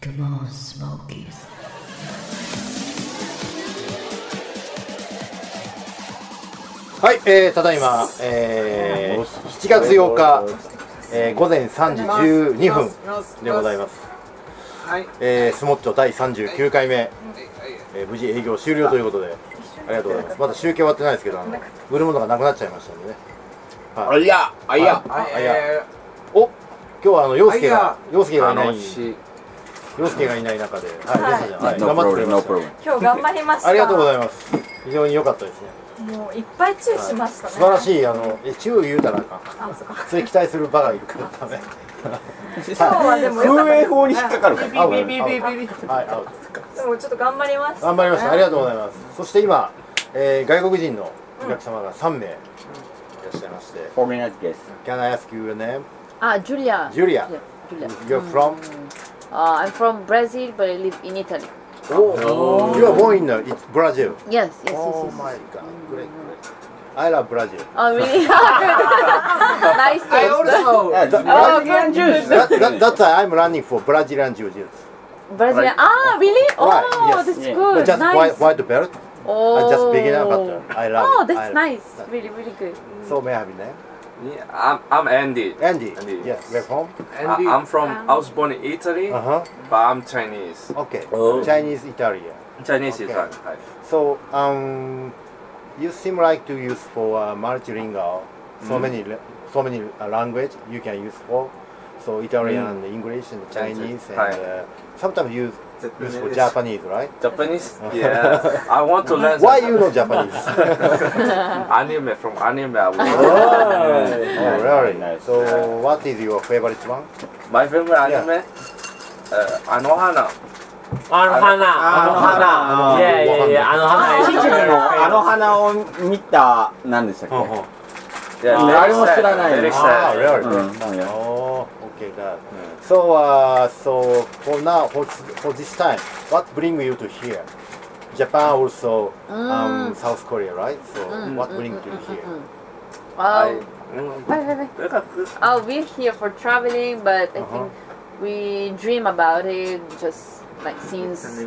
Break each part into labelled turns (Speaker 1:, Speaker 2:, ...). Speaker 1: Come on, Smokies.
Speaker 2: はい、えー、ただいま、えー、7月8日、えー、午前3時12分でございます。
Speaker 3: はい。
Speaker 2: えー、スモッチョ第39回目、えー、無事営業終了ということで、ありがとうございます。まだ集計終わってないですけど、あの売るものがなくなっちゃいましたんでね。
Speaker 4: あいや、あいや、
Speaker 3: はい。
Speaker 2: あいや
Speaker 3: え
Speaker 2: お今日はあの陽介が
Speaker 3: は
Speaker 2: 陽介がいない
Speaker 4: 楽しい。
Speaker 2: 陽介がいない中で、はい、皆さんはい、
Speaker 4: ノー
Speaker 2: 頑
Speaker 4: プ
Speaker 2: 張
Speaker 4: ロ
Speaker 2: ってく
Speaker 4: ブ
Speaker 2: れまし。
Speaker 4: レム、ノープロブレム。
Speaker 5: 今日頑張りましたた
Speaker 2: ありがとうございます。非常に良かったですね。
Speaker 5: もういっぱいチューしましたね
Speaker 2: 素晴らしいあのえ宙言うたらあかん。
Speaker 5: あそうか
Speaker 2: それ期待する場がいるからダメ。
Speaker 5: 今日はでもよかった
Speaker 4: 風
Speaker 5: で
Speaker 4: 営
Speaker 5: す
Speaker 4: 法に引っかかるから。
Speaker 2: あ
Speaker 4: あ
Speaker 2: ビビビビビ。はい、アウト。
Speaker 5: でもちょっと頑張りました
Speaker 2: 頑張りました。あり
Speaker 5: が
Speaker 2: がとうございます。そして今、えー、外国人のお客様が3名いらっしゃいまして。
Speaker 4: フォーミナーです。
Speaker 2: Can I ask you your name?
Speaker 1: Ah, Julia.
Speaker 2: Julia.
Speaker 1: Yeah, Julia.
Speaker 2: You're from?
Speaker 1: Uh, I'm from Brazil, but I live in Italy.
Speaker 2: Oh. You are born in the- it's Brazil.
Speaker 1: Yes, yes, yes,
Speaker 2: Oh
Speaker 1: yes.
Speaker 2: my god. Great, great. I love Brazil.
Speaker 1: Oh, really? nice
Speaker 3: I
Speaker 1: taste.
Speaker 3: also.
Speaker 4: あ、
Speaker 1: Oh, good, good.
Speaker 2: That, that, that's why I'm running for Brazilian Jiu-Jitsu.
Speaker 1: Brazil. Ah, really?
Speaker 2: Right,
Speaker 1: Oh,
Speaker 2: yes.
Speaker 1: that's
Speaker 4: Yeah.
Speaker 1: good.
Speaker 2: Just
Speaker 1: nice.
Speaker 2: white, white belt.
Speaker 1: Oh.
Speaker 2: I just beginner, but I love
Speaker 1: Oh,
Speaker 2: it. I
Speaker 1: that's
Speaker 2: love
Speaker 1: nice.
Speaker 2: that.
Speaker 1: Really, really good.
Speaker 2: So may I have your name?
Speaker 6: Yeah, I'm, I'm Andy.
Speaker 2: Andy.
Speaker 6: Andy.
Speaker 2: Yes, where from?
Speaker 6: I,
Speaker 3: Andy.
Speaker 6: I'm from, I was born in Italy,
Speaker 2: Uh-huh.
Speaker 6: but I'm Chinese.
Speaker 2: Okay.
Speaker 4: Oh.
Speaker 2: Chinese, Italian.
Speaker 6: Chinese
Speaker 2: Okay.
Speaker 6: is like, like,
Speaker 2: So, um, you seem like to use for uh, multilingual, so many la- so many uh, language you can use for, so Italian, English, and Chinese, and
Speaker 6: Right.
Speaker 2: uh, sometimes use use for
Speaker 3: Japanese.
Speaker 2: Japanese, right?
Speaker 6: Japanese? Yeah. I want to learn
Speaker 2: Why
Speaker 6: some
Speaker 2: you know Japanese?
Speaker 6: anime from anime. I will-
Speaker 2: oh, really? So,
Speaker 4: So,
Speaker 2: what is your favorite one?
Speaker 6: My favorite
Speaker 2: Yeah.
Speaker 6: anime? Uh, Anohana.
Speaker 7: あの花、あの
Speaker 2: あの花
Speaker 7: 花、いやいやいや、あの花、
Speaker 4: チチルのあの花を見た、何でしたっけ
Speaker 6: Yeah,
Speaker 4: Oh, I almost said anime.
Speaker 6: Very
Speaker 2: Ah,
Speaker 6: sad.
Speaker 2: really?
Speaker 4: うん、なんや。
Speaker 2: Oh, okay, that. So, uh, so for now, for, for this time, what bring you to here? Japan also, um, South Korea, right? So, what bring you here?
Speaker 1: Oh,
Speaker 6: I,
Speaker 1: oh, we're here for traveling, but I
Speaker 2: Uh-huh.
Speaker 1: think we dream about it just like since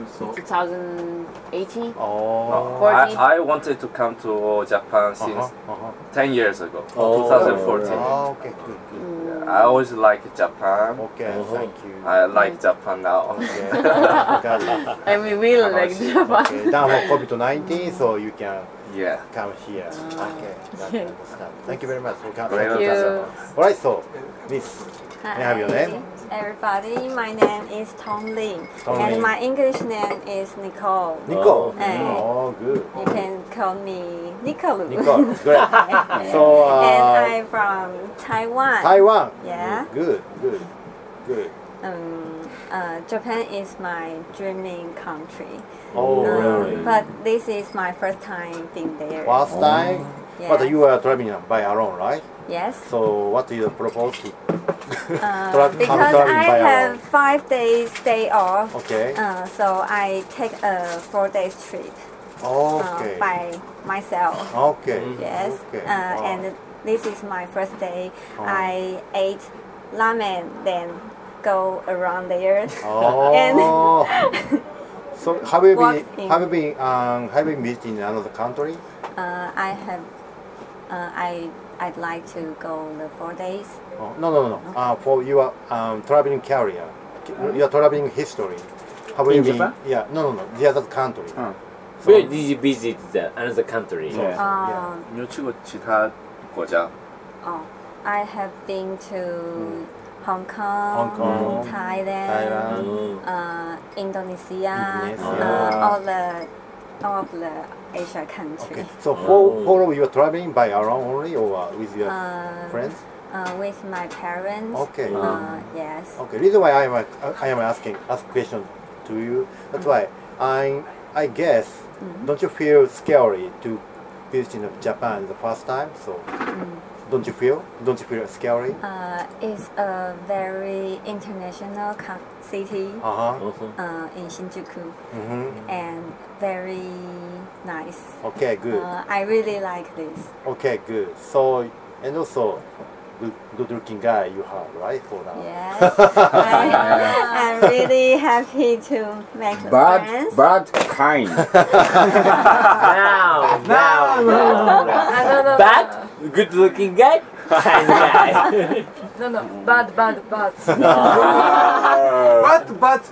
Speaker 1: 2018.
Speaker 2: Oh.
Speaker 6: I, I wanted to come to Japan since
Speaker 2: uh-huh.
Speaker 6: 10 years ago,
Speaker 4: Oh.
Speaker 6: 2014.
Speaker 2: Oh, okay, good, good.
Speaker 6: I always like Japan.
Speaker 2: Okay, thank you.
Speaker 6: I like Japan now.
Speaker 2: Okay, got it.
Speaker 1: I mean, we like
Speaker 6: Japanese.
Speaker 1: Japan.
Speaker 2: Oh, Okay, now for COVID-19, so you can
Speaker 6: Yeah.
Speaker 2: come here. Okay, got it, understand. Thank you very much for coming.
Speaker 6: Thank
Speaker 1: you.
Speaker 2: Alright, so, Miss, may I have your name?
Speaker 8: Everybody, my name is Tong Lin,
Speaker 2: Tong Lin.
Speaker 8: and my English name is Nicole.
Speaker 2: Nicole.
Speaker 8: Hey.
Speaker 2: Oh, good.
Speaker 8: You can call me Nicole.
Speaker 2: Nicole, great. so,
Speaker 8: and
Speaker 2: uh,
Speaker 8: I'm from Taiwan.
Speaker 2: Taiwan.
Speaker 8: Yeah.
Speaker 2: Good, good, good.
Speaker 8: Um, uh, Japan is my dreaming country.
Speaker 2: Oh,
Speaker 8: Um,
Speaker 2: really? Oh.
Speaker 8: But this is my first time being there.
Speaker 2: First time, but
Speaker 8: Yes.
Speaker 2: you are traveling by alone, right?
Speaker 8: Yes.
Speaker 2: So, what do you propose to
Speaker 8: Uh,
Speaker 2: Tra- come
Speaker 8: because
Speaker 2: traveling
Speaker 8: I
Speaker 2: by
Speaker 8: have
Speaker 2: alone?
Speaker 8: five days day off.
Speaker 2: Okay.
Speaker 8: Uh, so I take a four days trip uh,
Speaker 2: Okay.
Speaker 8: by myself.
Speaker 2: Okay.
Speaker 8: Yes.
Speaker 2: Okay.
Speaker 8: Uh,
Speaker 2: Wow.
Speaker 8: And this is my first day.
Speaker 2: Oh.
Speaker 8: I ate ramen, then go around there.
Speaker 2: oh. so have you been
Speaker 8: Walking.
Speaker 2: have you been um, have you been in another country?
Speaker 8: Uh, I have. Uh, I I'd like to go the four days.
Speaker 2: Oh, no, no, no. Uh, for your um, traveling career, your traveling history. Have you
Speaker 4: In
Speaker 2: been?
Speaker 4: Japan?
Speaker 2: Yeah. No, no, no. The other country.
Speaker 4: Mm.
Speaker 2: So,
Speaker 7: Where did you visit the another country?
Speaker 4: Yeah.
Speaker 8: Um,
Speaker 6: 你有去过其他国家？
Speaker 8: oh, I have been to
Speaker 2: Hmm.
Speaker 8: Hong
Speaker 2: Hong
Speaker 8: Kong,
Speaker 2: Kong,
Speaker 8: Thailand,
Speaker 2: Thailand.
Speaker 8: Uh, Indonesia,
Speaker 2: Indonesia.
Speaker 8: Oh, Uh, all the all of the Asia country.
Speaker 2: Okay. So for follow your traveling by alone only or uh, with your
Speaker 8: Uh,
Speaker 2: friends?
Speaker 8: Uh, with my parents.
Speaker 2: Okay.
Speaker 8: Uh, yes.
Speaker 2: Okay, reason why I am I am asking ask question to you. That's why I I guess
Speaker 8: Mm-hmm.
Speaker 2: don't you feel scary to visit in Japan the first time? So
Speaker 8: Mm.
Speaker 2: don't you feel don't you feel scary?
Speaker 8: Uh, it's a very international co- city
Speaker 2: Uh huh.
Speaker 8: uh, in Shinjuku
Speaker 2: hmm
Speaker 8: and very nice.
Speaker 2: Okay, good.
Speaker 8: Uh, I really like this.
Speaker 2: Okay, good. So and also good good looking guy you have right for now.
Speaker 8: Yes, I, I'm really happy to make
Speaker 4: But,
Speaker 8: friends.
Speaker 4: but kind.
Speaker 7: Now, now, now.
Speaker 5: Ah, no, no, no.
Speaker 7: Bad, good looking guy, kind guy.
Speaker 5: No, no. Bad, bad, bad.
Speaker 3: But, but,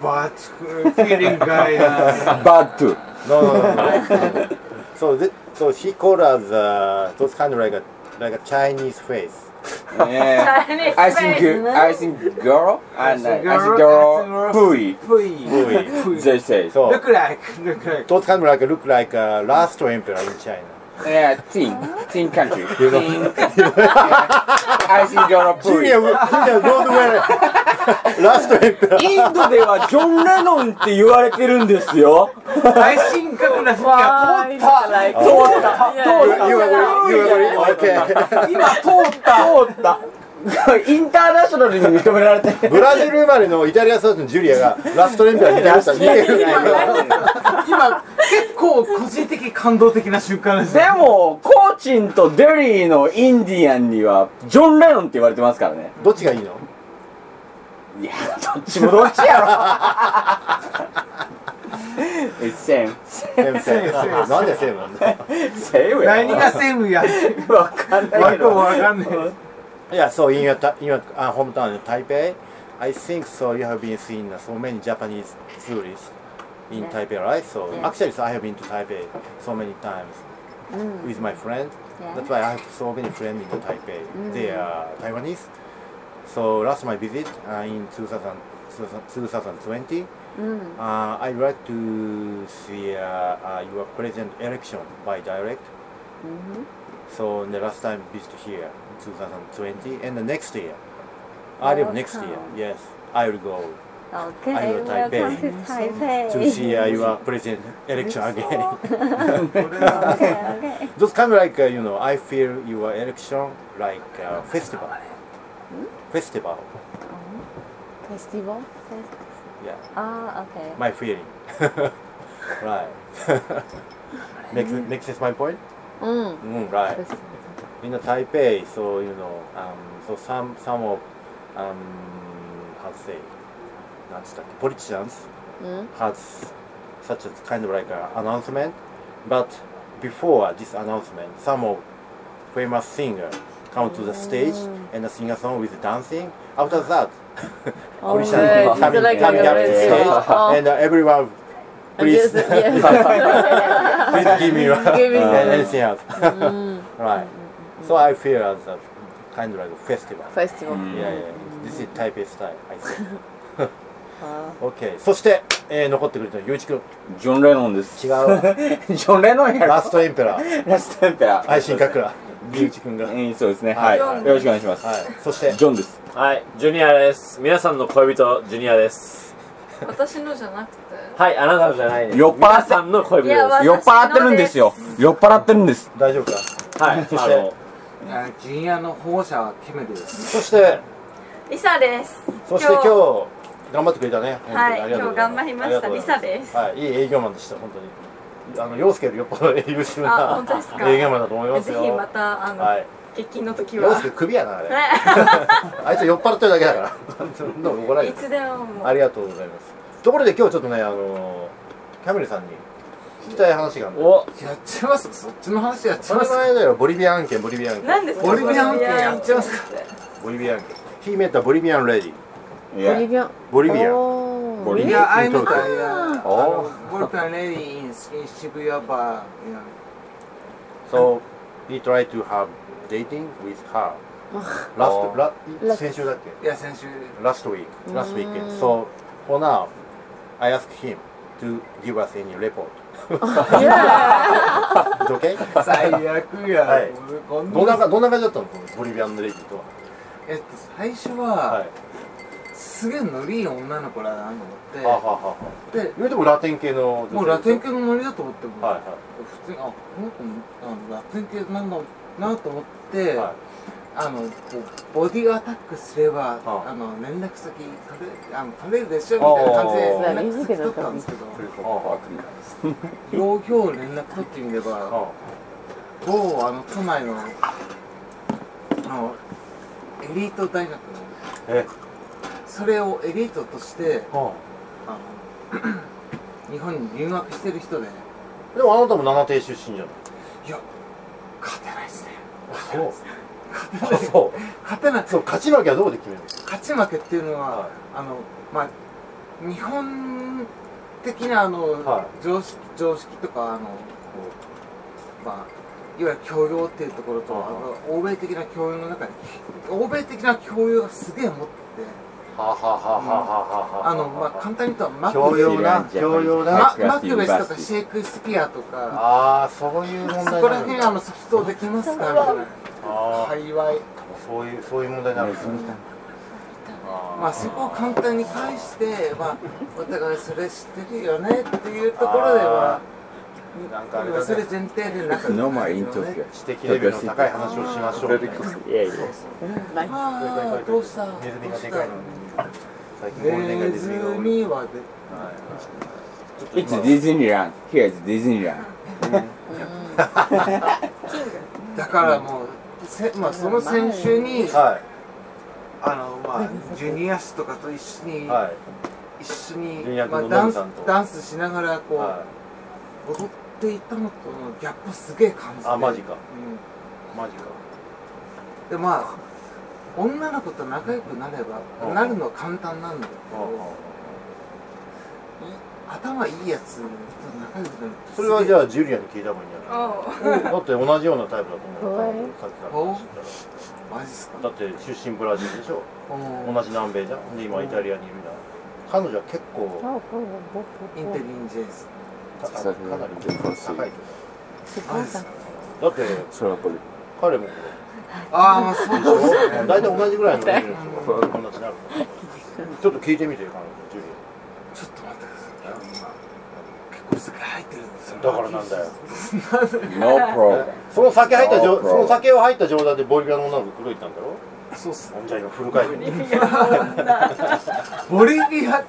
Speaker 3: but, uh, feeling guy. Uh,
Speaker 4: but too.
Speaker 2: No, no, no. no. so, th- so she called us uh, those kind of like a like a Chinese face.
Speaker 4: Yeah.
Speaker 5: Chinese
Speaker 4: I think,
Speaker 5: face.
Speaker 4: I think girl and I
Speaker 3: As a
Speaker 4: think
Speaker 3: girl,
Speaker 4: girl,
Speaker 3: as a girl.
Speaker 4: pui.
Speaker 3: Pui.
Speaker 2: Really.
Speaker 4: They say.
Speaker 2: So
Speaker 3: Look like, look like.
Speaker 2: those kind of like look like uh, last emperor in China.
Speaker 4: Yeah, thin, thin country. Thin. I think girl, pui.
Speaker 2: Junior, Junior goes where last emperor.
Speaker 4: インドではジョン・レノンって言われてるんですよ。
Speaker 3: 大神格な人が通った。
Speaker 4: 通った。通った。
Speaker 2: You agree? You agree? Okay.
Speaker 4: 今通った。通った。イ ンターナショナルに認められ てる。
Speaker 2: ブラジル生まれのイタリア育ちのジュリアがラストエンペラーに出ました。似てるね。
Speaker 3: 今、結構個人的感動的な瞬間です
Speaker 4: で
Speaker 3: ね。
Speaker 4: も、コーチンとデリーのインディアンには、ジョン・レノンって言われてますからね。
Speaker 2: どっちがいいの？
Speaker 4: いや、 どっちもどっちやろ。It's same.
Speaker 2: 先生。なんでセーブなんだ。
Speaker 4: Same や
Speaker 3: 何がセムや。
Speaker 4: わかんない
Speaker 3: わ
Speaker 4: け
Speaker 3: けも
Speaker 4: ど。
Speaker 3: わかんない。
Speaker 2: Yeah, so in your, ta- in your uh, hometown in Taipei, I think so you have been seeing uh, so many Japanese tourists in Taipei, right? So actually, so I have been to Taipei so many times with my friend.
Speaker 8: Yeah.
Speaker 2: That's why I have so many friends in Taipei. They
Speaker 8: Mm.
Speaker 2: are Taiwanese. So last my visit uh, in 2000, 2020,
Speaker 8: Mm.
Speaker 2: uh, I like to see uh, uh, your president election by direct.
Speaker 8: Mm-hmm.
Speaker 2: So the last time visit here, 2020, and the next year,
Speaker 8: Oh,
Speaker 2: early of next year,
Speaker 8: Welcome.
Speaker 2: yes, I will go
Speaker 8: okay,
Speaker 2: will type
Speaker 8: welcome
Speaker 2: A.
Speaker 8: to Taipei.
Speaker 2: to see uh, your president election again.
Speaker 3: こ
Speaker 8: okay, okay.
Speaker 2: Those kind of like uh, you know, I feel your election like uh, festival, festival,
Speaker 1: Festival?
Speaker 2: yeah,
Speaker 8: Oh, okay.
Speaker 2: my feeling, right. makes makes sense my point.
Speaker 1: Mm.
Speaker 2: Mm, right. in the Taipei, so you know, um, so some some of um, how to say, not just like politicians
Speaker 1: Mm.
Speaker 2: has such as kind of like an announcement, but before this announcement, some of famous singer come to the stage
Speaker 1: Mm.
Speaker 2: and sing a song with dancing. After that, politicians
Speaker 1: yeah, it's
Speaker 2: coming,
Speaker 1: Oh, like
Speaker 2: coming up to the
Speaker 1: a-
Speaker 2: stage
Speaker 1: Oh.
Speaker 2: and uh, everyone,
Speaker 1: And
Speaker 2: please,
Speaker 1: just, yeah.
Speaker 2: please give me one
Speaker 1: Give me
Speaker 2: and
Speaker 1: the
Speaker 2: anything else. right. So I feel as a kind of like a festival.
Speaker 1: festival.
Speaker 2: Mm, Yeah, yeah. This is Taipei style, I think.
Speaker 1: あ
Speaker 2: okay. そして、えー、残ってくれたのはゆういちくん。違
Speaker 4: ジョン・レノンです。ジ
Speaker 2: う。
Speaker 4: ョン・レノンやろ。
Speaker 2: ラストエンペラー、
Speaker 4: ラストエンペラー。
Speaker 2: 愛心かく ら、ゆういちくんが。はい。
Speaker 4: うんそうですね。はい。
Speaker 5: はい
Speaker 4: よろしくお願いします。
Speaker 2: そして、
Speaker 4: ジョンです。
Speaker 7: はい、ジュニアです。皆さんの恋人、ジュニアです。
Speaker 5: 私のじゃなくて。
Speaker 7: はい、あなたのじゃないです。
Speaker 4: 酔っ払って
Speaker 7: 皆さんの恋人
Speaker 5: い
Speaker 7: で
Speaker 5: やわ
Speaker 4: 酔っ払ってるんですよ。酔っ払ってるんです。
Speaker 2: 大丈夫か
Speaker 7: す。 はい、
Speaker 2: そし
Speaker 7: あ
Speaker 2: て
Speaker 7: の、
Speaker 3: れはジュニアの保護者はケメです。
Speaker 2: そして、
Speaker 5: リサです。
Speaker 2: そして今日、頑張ってくれたね。
Speaker 5: はい、今日頑張りました。リサ
Speaker 2: で
Speaker 5: です。
Speaker 2: はい、いい営業マンでした、本当に。あの、陽介よりよっぽど優秀
Speaker 5: あ
Speaker 2: な
Speaker 5: 本当ですか
Speaker 2: 営業マンだと思います
Speaker 5: ぜ
Speaker 2: よ。
Speaker 5: ひまたあの、
Speaker 2: はい。
Speaker 5: 欠勤の時
Speaker 2: 陽
Speaker 5: は。
Speaker 2: 介、首やな、あれ。
Speaker 5: ね
Speaker 2: あいつ酔っ払ってるだけだから。 そんなの怒られ
Speaker 5: い
Speaker 2: る。
Speaker 5: つでももう
Speaker 2: ありがとうございます。ところで今日ちょっとね、あのー、キャメルさんに聞きたい話があるんだよ。
Speaker 7: お、
Speaker 3: やっちゃいますそっちの話やっちゃい
Speaker 2: そ
Speaker 3: ま
Speaker 2: の
Speaker 3: す
Speaker 2: 前だよ、ボリビアン件、ボリビアン件。
Speaker 5: 何ですか
Speaker 3: ボリビアン系やっちゃいます
Speaker 2: ボリビアン件。He met a Bolivian lady.
Speaker 4: い
Speaker 1: ー
Speaker 4: や
Speaker 1: ボリビアン。
Speaker 2: ボリビアン。
Speaker 1: ン
Speaker 4: ボリ
Speaker 3: い
Speaker 4: ビア。
Speaker 3: や、アイムタイヤ。
Speaker 4: お
Speaker 3: ボルタンレディインスイン渋谷バー。いや
Speaker 2: So, he tried to have dating with her. Last, ラ先週だっけ
Speaker 3: いや、先週。
Speaker 2: Last week. Last weekend. So, for now, I asked him to give us any report. It's okay?
Speaker 3: 最悪や。
Speaker 2: はい
Speaker 3: こんな
Speaker 2: どんなかどんな感じだったのボリビアンのレディとは。
Speaker 3: えっと、最初
Speaker 2: はい
Speaker 3: は、。すげえノリいい女の子だな
Speaker 2: はあはあ
Speaker 3: と
Speaker 2: はあはあ。
Speaker 3: 思って。
Speaker 2: 言うてもラテン系の
Speaker 3: で、もうラテン
Speaker 2: 系
Speaker 3: 系のノリだと思っても、
Speaker 2: はいは
Speaker 3: 普通に、あ、この子もあのラテン系なんだなと思って、
Speaker 2: いは
Speaker 3: あの、こうボディアタックすれば、
Speaker 2: あ
Speaker 3: あの、連絡先取れあの取れるでしょみたいな感じ
Speaker 2: あ
Speaker 1: あ
Speaker 3: で連絡先取ったんですけど、
Speaker 2: い
Speaker 3: ようよう連絡取ってみれば、
Speaker 2: あ
Speaker 3: 某あの都内のあのエリート大学の
Speaker 2: え
Speaker 3: それをエリートとして
Speaker 2: は
Speaker 3: あの 日本に留学してる人で
Speaker 2: あでもあなたも七定出身じゃない
Speaker 3: いや勝てないです ね
Speaker 2: そうあそう
Speaker 3: 勝てない
Speaker 2: そう勝ち負けはどこで決めるの
Speaker 3: 勝ち負けっていうのは、
Speaker 2: はい
Speaker 3: あのまあ日本的なあの、
Speaker 2: は
Speaker 3: 常識常識とかあのこうまあいわゆる教養っていうところと、
Speaker 2: はい
Speaker 3: あの欧米的な教養の中に欧米的な教養がすげえ持ってて
Speaker 2: はあはあはあはあは
Speaker 3: あのまあ簡単に言うとマク
Speaker 2: 教養な
Speaker 4: ジャパ
Speaker 2: 教
Speaker 4: ン
Speaker 2: 養
Speaker 4: は
Speaker 2: な
Speaker 4: い
Speaker 3: ママクベスとかシェイクスピアとか
Speaker 2: ああそういう問題
Speaker 3: そ
Speaker 2: にな
Speaker 3: こら
Speaker 2: るん
Speaker 3: 辺
Speaker 2: だ
Speaker 3: あの即答できますかみたいな
Speaker 2: あー
Speaker 3: 界隈
Speaker 2: そういうそういう問題になるんですね
Speaker 3: まあそこを簡単に返して、まあ、お互いそれ知ってるよねっていうところでは、
Speaker 2: なんかあれ
Speaker 3: まあ、
Speaker 2: だ
Speaker 3: それ
Speaker 2: ね
Speaker 3: 前提でなんか、
Speaker 4: No more in Tokyo.
Speaker 2: 知的レベルの高い話をしましょうみたいな
Speaker 4: Yeah, yeah.
Speaker 3: ああ、どうした
Speaker 2: ネズミがでかいのに最近ゴールデン街
Speaker 3: ネ
Speaker 2: で
Speaker 3: ズ
Speaker 2: ネズミが多い
Speaker 3: ミはで、
Speaker 4: It's Disneyland. Here is Disneyland.
Speaker 3: だからもう、せまあ、その先週に、
Speaker 2: は
Speaker 3: あの、まあ、ジュニア誌とかと一緒に、
Speaker 2: いはい
Speaker 3: 一緒に
Speaker 2: ジュニ、ア
Speaker 3: まあ、
Speaker 2: 君の
Speaker 3: ダン
Speaker 2: ノ
Speaker 3: ス
Speaker 2: ブさんと
Speaker 3: ダンスしながら、こう、
Speaker 2: は
Speaker 3: 踊っていたのとのギャップすげえ感じ
Speaker 2: い
Speaker 3: て
Speaker 2: あマジか
Speaker 3: うん
Speaker 2: マジか
Speaker 3: でまあ女の子と仲良くなれば
Speaker 2: うん
Speaker 3: なるのは簡単なんだけ
Speaker 2: ああ
Speaker 3: ど頭いいやつと仲良くなる
Speaker 2: それはじゃ
Speaker 3: あ
Speaker 2: あジュリアに聞いた方がいいんじゃ
Speaker 5: おう
Speaker 2: ないだって同じようなタイプだと思う
Speaker 1: 怖い
Speaker 2: さっきから話してたら
Speaker 3: マジっすか
Speaker 2: だって出身ブラジルでしょ
Speaker 3: うん
Speaker 2: 同じ南米じゃんで今イタリアにいるじゃん彼女は結構
Speaker 1: Oh,
Speaker 3: インテリンジェンス
Speaker 2: たかなり高い
Speaker 3: マジっすか
Speaker 2: だって
Speaker 4: それはこれ。
Speaker 2: 彼も
Speaker 3: ああまあそうだね
Speaker 2: 大体同じぐらいのレベルの人が友達になるちょっと聞いてみてよ彼女ジュリ
Speaker 3: ちょっと待ってください結構酒入ってるんですよ
Speaker 2: アだからなんだよ
Speaker 4: No problem.
Speaker 2: その酒入った
Speaker 4: あ
Speaker 2: 状
Speaker 4: ー
Speaker 2: その酒を入った状態でボリビアの女の子口説いたんだろ
Speaker 3: そうっす
Speaker 2: じゃあ今フル回転
Speaker 3: ボリビア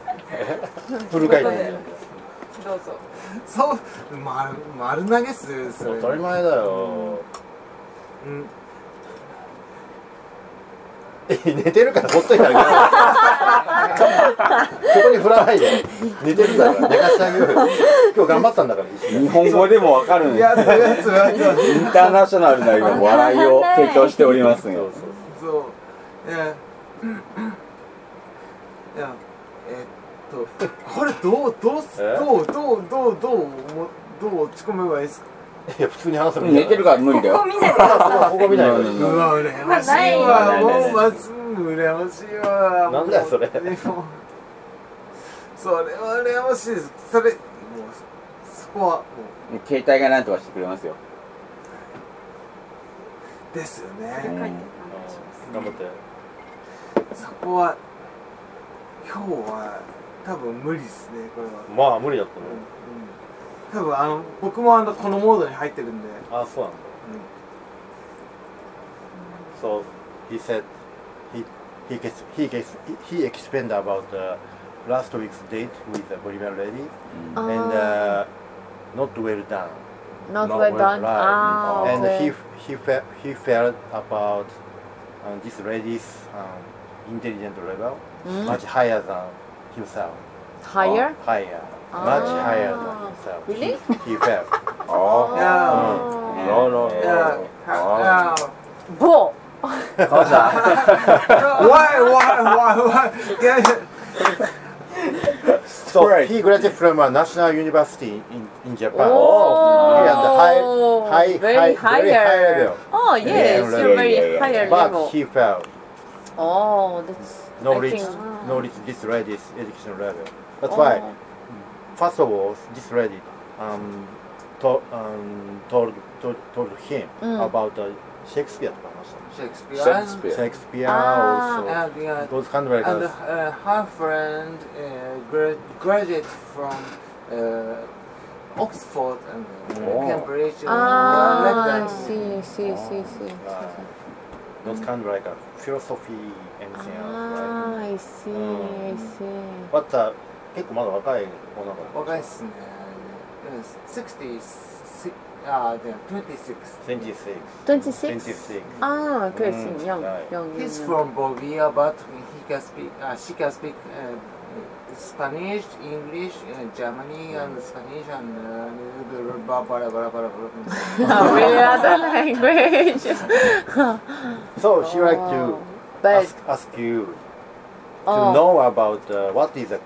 Speaker 2: フル回転じゃん
Speaker 5: どうぞ
Speaker 3: そう丸丸投げっすよそれ
Speaker 2: 当たり前だよ
Speaker 3: うん
Speaker 2: え寝てるからほっといてあげようそこに振らないで寝てるから寝かしてあげようよ今日頑張ったんだから一緒に
Speaker 4: 日本語でもわかるん
Speaker 3: い
Speaker 4: です。
Speaker 3: やつやつやつ
Speaker 4: インターナショナルな今笑いを提供しております
Speaker 2: そう
Speaker 4: よ。
Speaker 2: そう
Speaker 3: そう。いや、いや、えっと、これどう、どうす、
Speaker 2: え
Speaker 3: どう、どう、どう、どう、もどう落ち込めばいいですか。
Speaker 2: いや普通に話せばいいんじ
Speaker 4: 寝
Speaker 2: ゃ
Speaker 4: て
Speaker 2: ない
Speaker 4: るから無理だ
Speaker 5: ここ
Speaker 4: よ。
Speaker 5: 見ないでくださ
Speaker 2: ここ見ないよ
Speaker 4: うん
Speaker 3: うわ、羨ましい
Speaker 4: な
Speaker 3: わ、
Speaker 4: い
Speaker 3: も、
Speaker 4: ないう
Speaker 3: まず、羨ましいわ。
Speaker 2: なんだよ
Speaker 3: もう
Speaker 2: それ
Speaker 3: でもそれは羨ましいです。それ、もう、そこは、も
Speaker 4: 携帯がなんとかしてくれますよ。
Speaker 3: う、ですよ
Speaker 5: い
Speaker 3: ね。
Speaker 5: 書いて
Speaker 2: 頑張って
Speaker 3: そこは、今日は、多分無理ですね、これは。
Speaker 2: まあ無理だったね
Speaker 3: うん多分あの僕もあのこのモードに入ってるんで、
Speaker 2: あそうなんだ So he said he he gets he gets he, he explained about uh, last week's date with a Bolivian lady
Speaker 1: Mm.
Speaker 2: and
Speaker 1: Ah.
Speaker 2: uh, not well done. Not
Speaker 1: Not well
Speaker 2: well
Speaker 1: done.
Speaker 2: done.
Speaker 1: Ah,
Speaker 2: and
Speaker 1: okay.
Speaker 2: he he felt he felt about um, this lady's um, intelligent level
Speaker 1: Mm.
Speaker 2: much higher than himself.
Speaker 1: Higher?
Speaker 2: Higher. Much higher than himself.
Speaker 1: Ah. Really?
Speaker 2: He, he felt. Oh.
Speaker 3: いや
Speaker 4: なるほ
Speaker 3: ーいやーは
Speaker 1: Bull.
Speaker 3: いやー why why why why いやいや
Speaker 2: So
Speaker 4: Right.
Speaker 2: he graduated from a national university in, in Japan. He had oh, the
Speaker 1: Oh,
Speaker 2: high, high,
Speaker 1: very
Speaker 2: high, very high
Speaker 1: higher.
Speaker 2: level.
Speaker 1: Oh yes,
Speaker 2: Yeah,
Speaker 1: you're
Speaker 4: yeah,
Speaker 1: very
Speaker 4: yeah, yeah.
Speaker 1: higher level.
Speaker 2: But he fell.
Speaker 1: oh, that's
Speaker 2: No
Speaker 1: I
Speaker 2: reach,
Speaker 1: think- Oh.
Speaker 2: no reach this lady's education level. That's why, first of all, this lady um, to, um, told, told, told him
Speaker 1: Mm.
Speaker 2: about uh, Shakespeare. とか話したの。
Speaker 3: シェイクスピ
Speaker 2: Shakespeare
Speaker 4: Shakespeare.
Speaker 3: ア
Speaker 1: Ah.
Speaker 2: also.
Speaker 3: and yeah
Speaker 2: Those kind of like
Speaker 3: and
Speaker 2: us.
Speaker 3: uh, her friend uh, gra- graduate from uh, Oxford and
Speaker 4: Oh.
Speaker 3: uh, Cambridge and
Speaker 1: Ah, I
Speaker 3: like
Speaker 1: see,
Speaker 3: that.
Speaker 1: see, see, see.
Speaker 2: Uh, those kind of like a philosophy, anything else. right?
Speaker 1: Ah, I see, I see.
Speaker 2: また結構まだ若い子なの
Speaker 3: 若いっすね。うん 60s あー、でも 26.
Speaker 2: 26
Speaker 1: 26?
Speaker 2: 26
Speaker 1: Ah, okay,
Speaker 2: Mm,
Speaker 1: mm, young,
Speaker 2: right.
Speaker 1: young,
Speaker 3: He's
Speaker 1: young,
Speaker 3: from Bulgaria, but he can speak, uh, she can speak uh, Spanish, English, uh, Germany, and Spanish, and uh, blah, blah, blah, blah, blah.
Speaker 1: young. Oh, really other language.
Speaker 2: So she like to
Speaker 1: but
Speaker 2: ask, ask you to
Speaker 1: oh,
Speaker 2: know about uh, what is a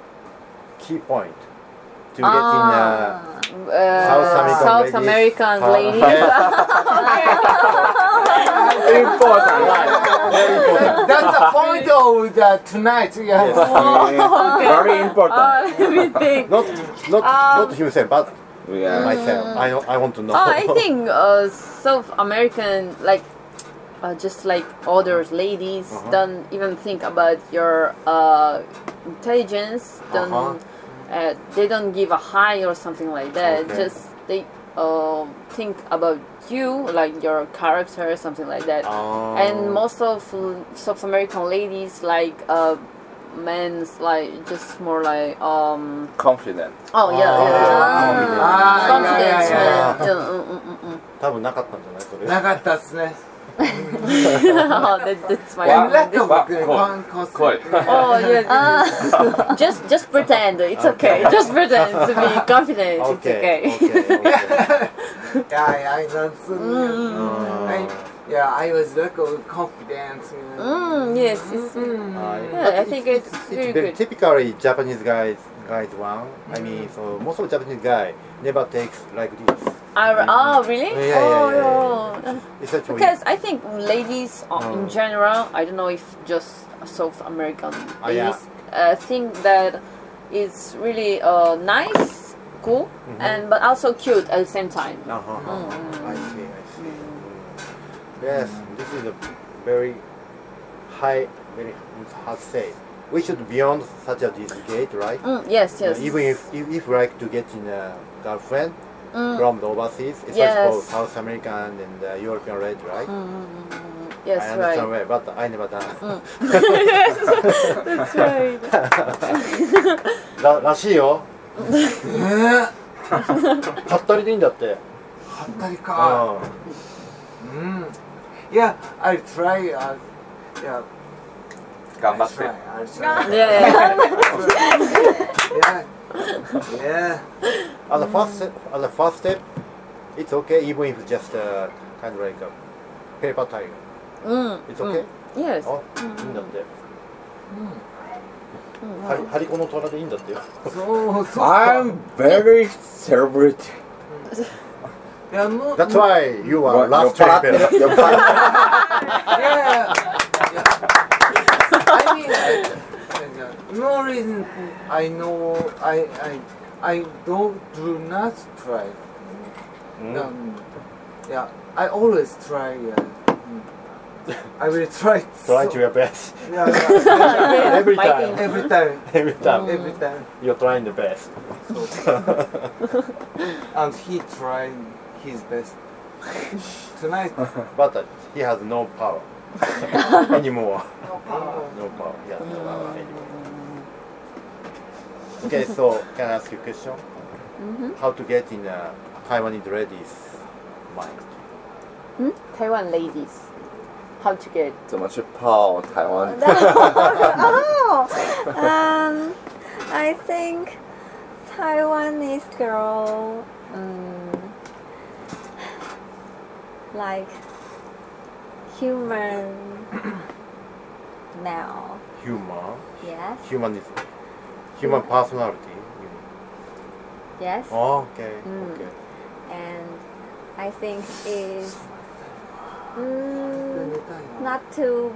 Speaker 2: key point to get in uh,
Speaker 1: ah,
Speaker 2: South
Speaker 1: uh, South American
Speaker 2: American
Speaker 1: ladies.
Speaker 2: ladies.
Speaker 4: Important.
Speaker 2: very important.
Speaker 3: That's the point of the tonight. Yeah.
Speaker 2: Yes.
Speaker 4: Very important.
Speaker 1: Oh, let me think.
Speaker 2: Not not
Speaker 1: Um,
Speaker 2: not himself, but
Speaker 4: Yeah.
Speaker 2: myself. I I want to know.
Speaker 1: Oh, I think uh, South American, like, uh, just like other ladies,
Speaker 2: Uh-huh.
Speaker 1: don't even think about your uh, intelligence. Don't uh, they don't give a high or something like that.
Speaker 2: Okay.
Speaker 1: Just they uh, think about you, like your character, something like that.
Speaker 2: Oh.
Speaker 1: And most of l- South American ladies like uh, men's like just more like um
Speaker 6: confident.
Speaker 1: oh yeah yeah, yeah.
Speaker 3: Ah,
Speaker 1: confidence
Speaker 3: yeah, yeah,
Speaker 1: man. Yeah, mm, mm, mm, mm.
Speaker 2: 多分なかったんじゃないそれ。
Speaker 3: yeah. なかったっすね。
Speaker 1: Oh, that, that's my
Speaker 4: Wow.
Speaker 3: Lack of
Speaker 4: Wow.
Speaker 3: confidence.
Speaker 6: Cool.
Speaker 1: oh yeah
Speaker 2: Uh.
Speaker 1: just just pretend it's okay just pretend to be confident it's okay
Speaker 2: Okay. okay, okay.
Speaker 3: Yeah, yeah, I know. it's, uh, I,
Speaker 2: Uh,
Speaker 3: yeah, I was lack of confidence. you
Speaker 1: mm,
Speaker 3: know.
Speaker 1: yes it's,
Speaker 2: I-
Speaker 1: yeah, I think it's
Speaker 2: It's
Speaker 1: very
Speaker 2: very
Speaker 1: good Mm.
Speaker 2: typically Japanese guys guys one. I mean, so most of Japanese guy never takes like this.
Speaker 1: Are, oh really
Speaker 2: Yeah, yeah,
Speaker 1: oh
Speaker 2: yeah,
Speaker 1: no.
Speaker 2: yeah, It's actually
Speaker 1: Because I think ladies uh, in
Speaker 2: Mm.
Speaker 1: general, I don't know if just South American ladies,
Speaker 2: Ah, yeah.
Speaker 1: uh, think that it's really uh, nice, cool,
Speaker 2: Mm-hmm.
Speaker 1: and but also cute at the same time.
Speaker 2: Uh huh.
Speaker 1: Mm,
Speaker 2: I see. I see. Yes,
Speaker 1: Mm.
Speaker 2: this is a very high, very hard to say. We should beyond such a this gate, right?
Speaker 1: Mm, yes, yes.
Speaker 2: Uh, even if, if if we like to get in a girlfriend from the overseas, especially for
Speaker 1: Mm. Yes. Mm.
Speaker 2: South American and uh, European red, right?
Speaker 1: yes,
Speaker 2: I
Speaker 1: right.
Speaker 2: understand well, but I never done.
Speaker 1: That's right.
Speaker 2: ららしいよ。はったりでいいんだって。
Speaker 3: はったり
Speaker 2: う
Speaker 3: か。
Speaker 2: ん。
Speaker 3: Mm. Yeah, I'll try. Uh, yeah,
Speaker 6: 頑張
Speaker 3: I'll
Speaker 6: って
Speaker 3: try. I'll try.
Speaker 1: Yeah, yeah, yeah.
Speaker 3: yeah. Yeah.
Speaker 2: At the first step, at the first step, it's okay even if just uh, kind of like a paper tiger.
Speaker 1: Mm,
Speaker 2: It's okay. Oh.
Speaker 1: yes.
Speaker 2: あ、いいんだって。ハリハリコの虎でいいんだってよ。
Speaker 3: So, so.
Speaker 4: I'm very celebrity.
Speaker 3: Yeah, no,
Speaker 2: That's why you are
Speaker 4: 酔
Speaker 2: last
Speaker 4: っ払ってる
Speaker 2: champion.
Speaker 4: 酔っ払ってる
Speaker 3: yeah. yeah. I mean, I, I, no reason. I know. I I I don't do not try.
Speaker 2: Hmm?
Speaker 3: Um, yeah, I always try. Yeah. Mm. I will try.
Speaker 2: Try
Speaker 3: so-
Speaker 2: to your best.
Speaker 3: Yeah, yeah.
Speaker 2: Every
Speaker 1: Fighting.
Speaker 2: time.
Speaker 3: Every time.
Speaker 2: Every time.
Speaker 3: Every time.
Speaker 2: You're trying the best.
Speaker 3: And he tried his best. Tonight.
Speaker 2: But uh, he has no power anymore. No power. Yeah, no power anymore. Okay, so can I ask you a question? How to get in a Taiwanese lady's mind?
Speaker 1: Taiwan ladies, how to get?
Speaker 6: 怎么去泡台湾
Speaker 8: Oh, um, I think Taiwanese girl, um, like human now.
Speaker 2: Human,
Speaker 8: Yes,
Speaker 2: humanism, human personality. you mean.
Speaker 8: yes,
Speaker 2: Oh, okay, okay.
Speaker 8: and I think is mm, not too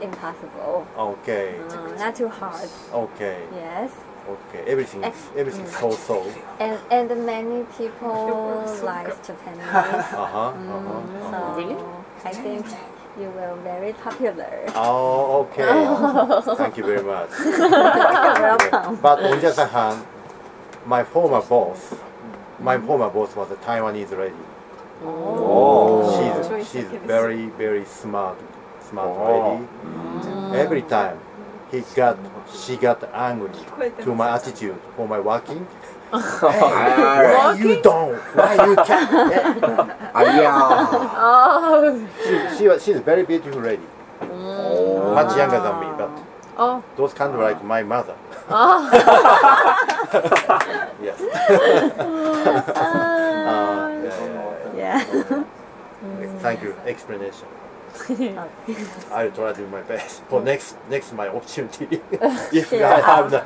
Speaker 8: impossible,
Speaker 2: Okay,
Speaker 8: uh, not too hard.
Speaker 2: okay,
Speaker 8: Yes.
Speaker 2: okay. Everything, is- everything is so so.
Speaker 8: And, and many people like Japanese.
Speaker 2: Uh huh. Uh huh.
Speaker 8: so
Speaker 1: Really?
Speaker 8: I think you will very popular.
Speaker 2: Oh, okay. Thank you very much. Oh.
Speaker 8: Welcome.
Speaker 2: But on the other hand, my former boss, my former boss was a Taiwanese lady.
Speaker 5: Choice
Speaker 2: She's, she's
Speaker 5: against-
Speaker 2: very, very smart, smart
Speaker 4: Oh.
Speaker 2: lady. Every time he got, she got angry to my attitude for my working. Why you don't? Why you can't? Yeah.
Speaker 4: あいや
Speaker 1: Oh,
Speaker 2: she, she was, she's a very beautiful lady,
Speaker 4: ーおー
Speaker 2: much younger than me, but
Speaker 1: oh,
Speaker 2: those kind of like my mother. yes. Uh, yeah, yeah,
Speaker 8: yeah.
Speaker 2: yeah. Thank you. Explanation. I'll try to do my best for next next my opportunity. if I have the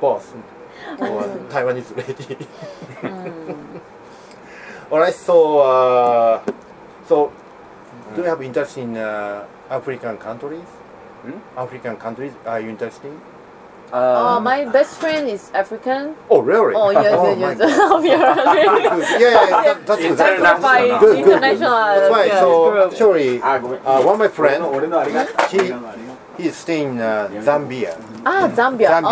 Speaker 2: boss or Taiwanese lady.
Speaker 1: Hmm.
Speaker 2: All right. So uh, so do you have interest in uh, African countries?
Speaker 4: Hmm?
Speaker 2: African countries are you interested? In?
Speaker 1: oh, my best friend is African.
Speaker 2: Um, Oh really?
Speaker 1: Oh, yes,
Speaker 2: Oh, my
Speaker 1: yes, yes. Obviously.
Speaker 2: Good. Yeah, yeah, yeah, that, that's good.
Speaker 7: That's
Speaker 1: That's why
Speaker 7: International.
Speaker 1: it's
Speaker 2: Good, good.
Speaker 1: international.
Speaker 2: That's why.
Speaker 1: yeah,
Speaker 2: So
Speaker 1: group.
Speaker 2: actually,
Speaker 4: あごめん
Speaker 2: uh, one of my
Speaker 4: 俺の
Speaker 2: friend,
Speaker 4: 俺のありがとう
Speaker 2: he he is staying in uh, Zambia.
Speaker 1: Ah, Zambia.
Speaker 2: Zambia.
Speaker 1: Oh,